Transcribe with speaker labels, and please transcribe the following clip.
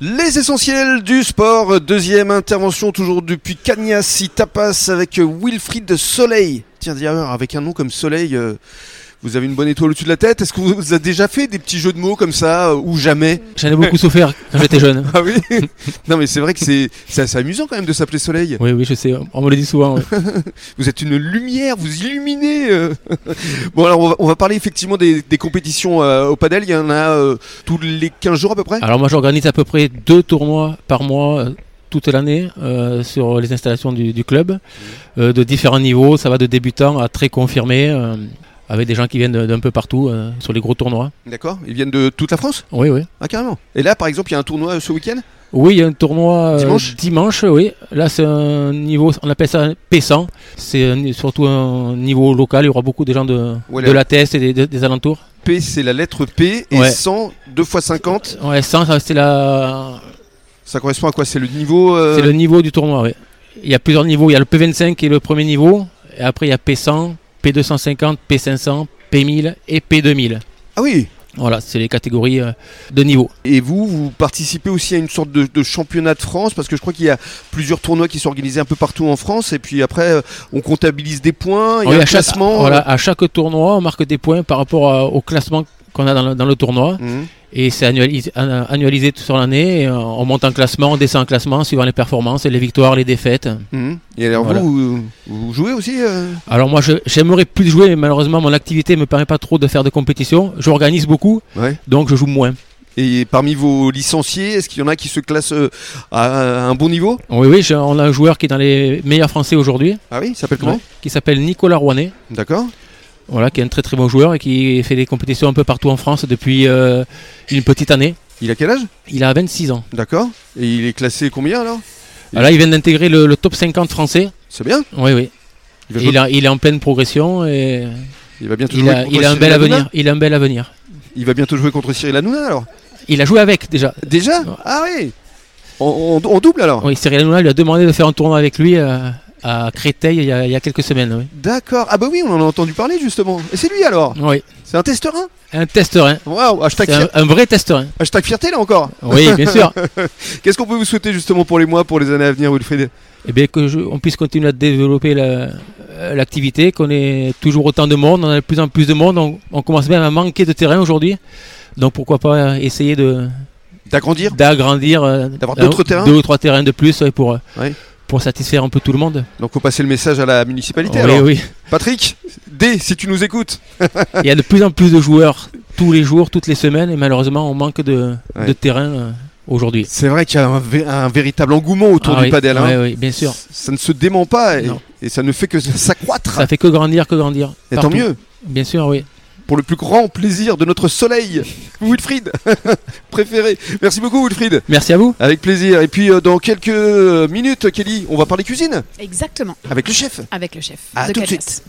Speaker 1: Les essentiels du sport, deuxième intervention toujours depuis Cagnas, il tapas avec Wilfried Soleil. Tiens d'ailleurs, avec un nom comme Soleil, euh, vous avez une bonne étoile au-dessus de la tête. Est-ce que vous vous avez déjà fait des petits jeux de mots comme ça, euh, ou jamais
Speaker 2: J'en ai beaucoup souffert quand j'étais jeune.
Speaker 1: Ah oui Non mais c'est vrai que c'est c'est assez amusant quand même de s'appeler Soleil.
Speaker 2: Oui, oui, je sais, on me le dit souvent. ouais.
Speaker 1: Vous êtes une lumière, vous illuminez. euh. Bon alors on va, on va parler effectivement des, des compétitions euh, au padel, il y en a euh, tous les 15 jours à peu près
Speaker 2: Alors moi, j'organise à peu près deux tournois par mois euh, toute l'année euh, sur les installations du, du club, euh, de différents niveaux. Ça va de débutants à très confirmés, euh, avec des gens qui viennent d'un peu partout euh, sur les gros tournois.
Speaker 1: D'accord Ils viennent de toute la France
Speaker 2: Oui, oui.
Speaker 1: Ah carrément Et là par exemple il y a un tournoi euh, ce week-end
Speaker 2: Oui, il y a un tournoi euh,
Speaker 1: Dimanche
Speaker 2: dimanche, oui. Là, c'est un niveau, on appelle ça P100. C'est un- surtout un niveau local. Il y aura beaucoup de gens de,
Speaker 1: Ouais,
Speaker 2: de la Teste et des- des- des alentours.
Speaker 1: P c'est la lettre P et
Speaker 2: Ouais.
Speaker 1: 100, 2 fois 50,
Speaker 2: Ouais, 100, ça, c'est la...
Speaker 1: ça correspond à quoi C'est le niveau euh,
Speaker 2: c'est le niveau du tournoi. ouais. Il y a plusieurs niveaux. Il y a le P25 qui est le premier niveau. Et après, il y a P100, P250, P500, P1000 et P2000.
Speaker 1: Ah oui
Speaker 2: Voilà, c'est les catégories euh, de niveau.
Speaker 1: Et vous, vous participez aussi à une sorte de, de championnat de France parce que je crois qu'il y a plusieurs tournois qui sont organisés un peu partout en France et puis après euh, on comptabilise des points, Ah, il y
Speaker 2: Oui,
Speaker 1: a un
Speaker 2: à, chaque,
Speaker 1: classement. euh.
Speaker 2: voilà, à chaque tournoi, on marque des points par rapport à- au classement qu'on a dans le, dans le tournoi.
Speaker 1: Mhm.
Speaker 2: Et c'est annualis- an- annualisé, tout sur l'année. Et, euh, On monte en classement, on descend en classement suivant les performances, et les victoires, les défaites.
Speaker 1: Mhm. Et alors
Speaker 2: Voilà.
Speaker 1: vous, vous, vous jouez aussi euh
Speaker 2: Alors moi, je- j'aimerais plus jouer, mais malheureusement, mon activité me permet pas trop de faire de compétition. J'organise beaucoup,
Speaker 1: Ouais.
Speaker 2: donc je joue moins.
Speaker 1: Et parmi vos licenciés, est-ce qu'il y en a qui se classent euh, à un bon niveau
Speaker 2: Oh, Oui, oui, j'ai- on a un joueur qui est dans les meilleurs français aujourd'hui,
Speaker 1: Ah oui, il s'appelle comment
Speaker 2: Ouais. qui s'appelle Nicolas Rouanet,
Speaker 1: D'accord.
Speaker 2: voilà, qui est un très très bon joueur et qui fait des compétitions un peu partout en France depuis euh, une petite année.
Speaker 1: Il a quel âge
Speaker 2: Il a 26 ans.
Speaker 1: D'accord. Et il est classé combien alors
Speaker 2: Là, il vient d'intégrer le, le top 50 français.
Speaker 1: C'est bien.
Speaker 2: Oui, oui.
Speaker 1: Il va,
Speaker 2: Et
Speaker 1: jouer-
Speaker 2: Il, a- il est en pleine progression et
Speaker 1: il va bientôt
Speaker 2: il
Speaker 1: jouer
Speaker 2: a,
Speaker 1: contre
Speaker 2: il a un
Speaker 1: Cyril
Speaker 2: bel
Speaker 1: Hanouna
Speaker 2: avenir. Il a un bel avenir.
Speaker 1: Il va bientôt jouer contre Cyril Hanouna alors
Speaker 2: Il a joué avec déjà.
Speaker 1: Déjà
Speaker 2: Ouais.
Speaker 1: Ah oui on, on- on double alors
Speaker 2: Oui, Cyril Hanouna lui a demandé de faire un tournoi avec lui euh, à Créteil il y, a, il y a quelques semaines. Oui.
Speaker 1: D'accord. Ah bah oui, on en a entendu parler justement. Et c'est lui alors
Speaker 2: Oui.
Speaker 1: C'est un testerin
Speaker 2: Un testerin.
Speaker 1: Waouh hashtag,
Speaker 2: C'est un,
Speaker 1: fier-
Speaker 2: un vrai testerin.
Speaker 1: hashtag fierté là encore
Speaker 2: Oui, bien sûr.
Speaker 1: Qu'est-ce qu'on peut vous souhaiter justement pour les mois, pour les années à venir, Wilfried
Speaker 2: Eh bien, que je- on puisse continuer à développer la- euh, l'activité, qu'on ait toujours autant de monde, on a de plus en plus de monde, on, on commence même à manquer de terrain aujourd'hui. Donc pourquoi pas essayer de
Speaker 1: D'agrandir
Speaker 2: d'agrandir, euh,
Speaker 1: D'avoir
Speaker 2: d'un-
Speaker 1: d'autres terrains
Speaker 2: deux ou trois terrains de plus ouais, pour euh,
Speaker 1: Oui.
Speaker 2: pour satisfaire un peu tout le monde.
Speaker 1: Donc faut passer le message à la municipalité
Speaker 2: oui,
Speaker 1: alors.
Speaker 2: oui.
Speaker 1: Patrick, D, si tu nous écoutes
Speaker 2: Il y a de plus en plus de joueurs tous les jours, toutes les semaines, et malheureusement on manque de,
Speaker 1: Ouais.
Speaker 2: de terrain euh, aujourd'hui.
Speaker 1: C'est vrai qu'il y a un, vé- un véritable engouement autour
Speaker 2: Ah
Speaker 1: du
Speaker 2: oui,
Speaker 1: padel. hein.
Speaker 2: ouais, oui, bien sûr.
Speaker 1: Ça ne se dément pas et,
Speaker 2: Non.
Speaker 1: et ça ne fait que s'accroître.
Speaker 2: Ça fait que grandir, que grandir.
Speaker 1: Ah. Et tant
Speaker 2: Partout.
Speaker 1: mieux,
Speaker 2: Bien sûr, oui.
Speaker 1: pour le plus grand plaisir de notre soleil, Wilfried, préféré. Merci beaucoup Wilfried.
Speaker 2: Merci à vous.
Speaker 1: Avec plaisir. Et puis euh, dans quelques euh, minutes, Kelly, on va parler cuisine
Speaker 3: Exactement,
Speaker 1: avec le chef.
Speaker 3: avec le chef.
Speaker 1: À
Speaker 3: de
Speaker 1: tout de
Speaker 3: Cadillac.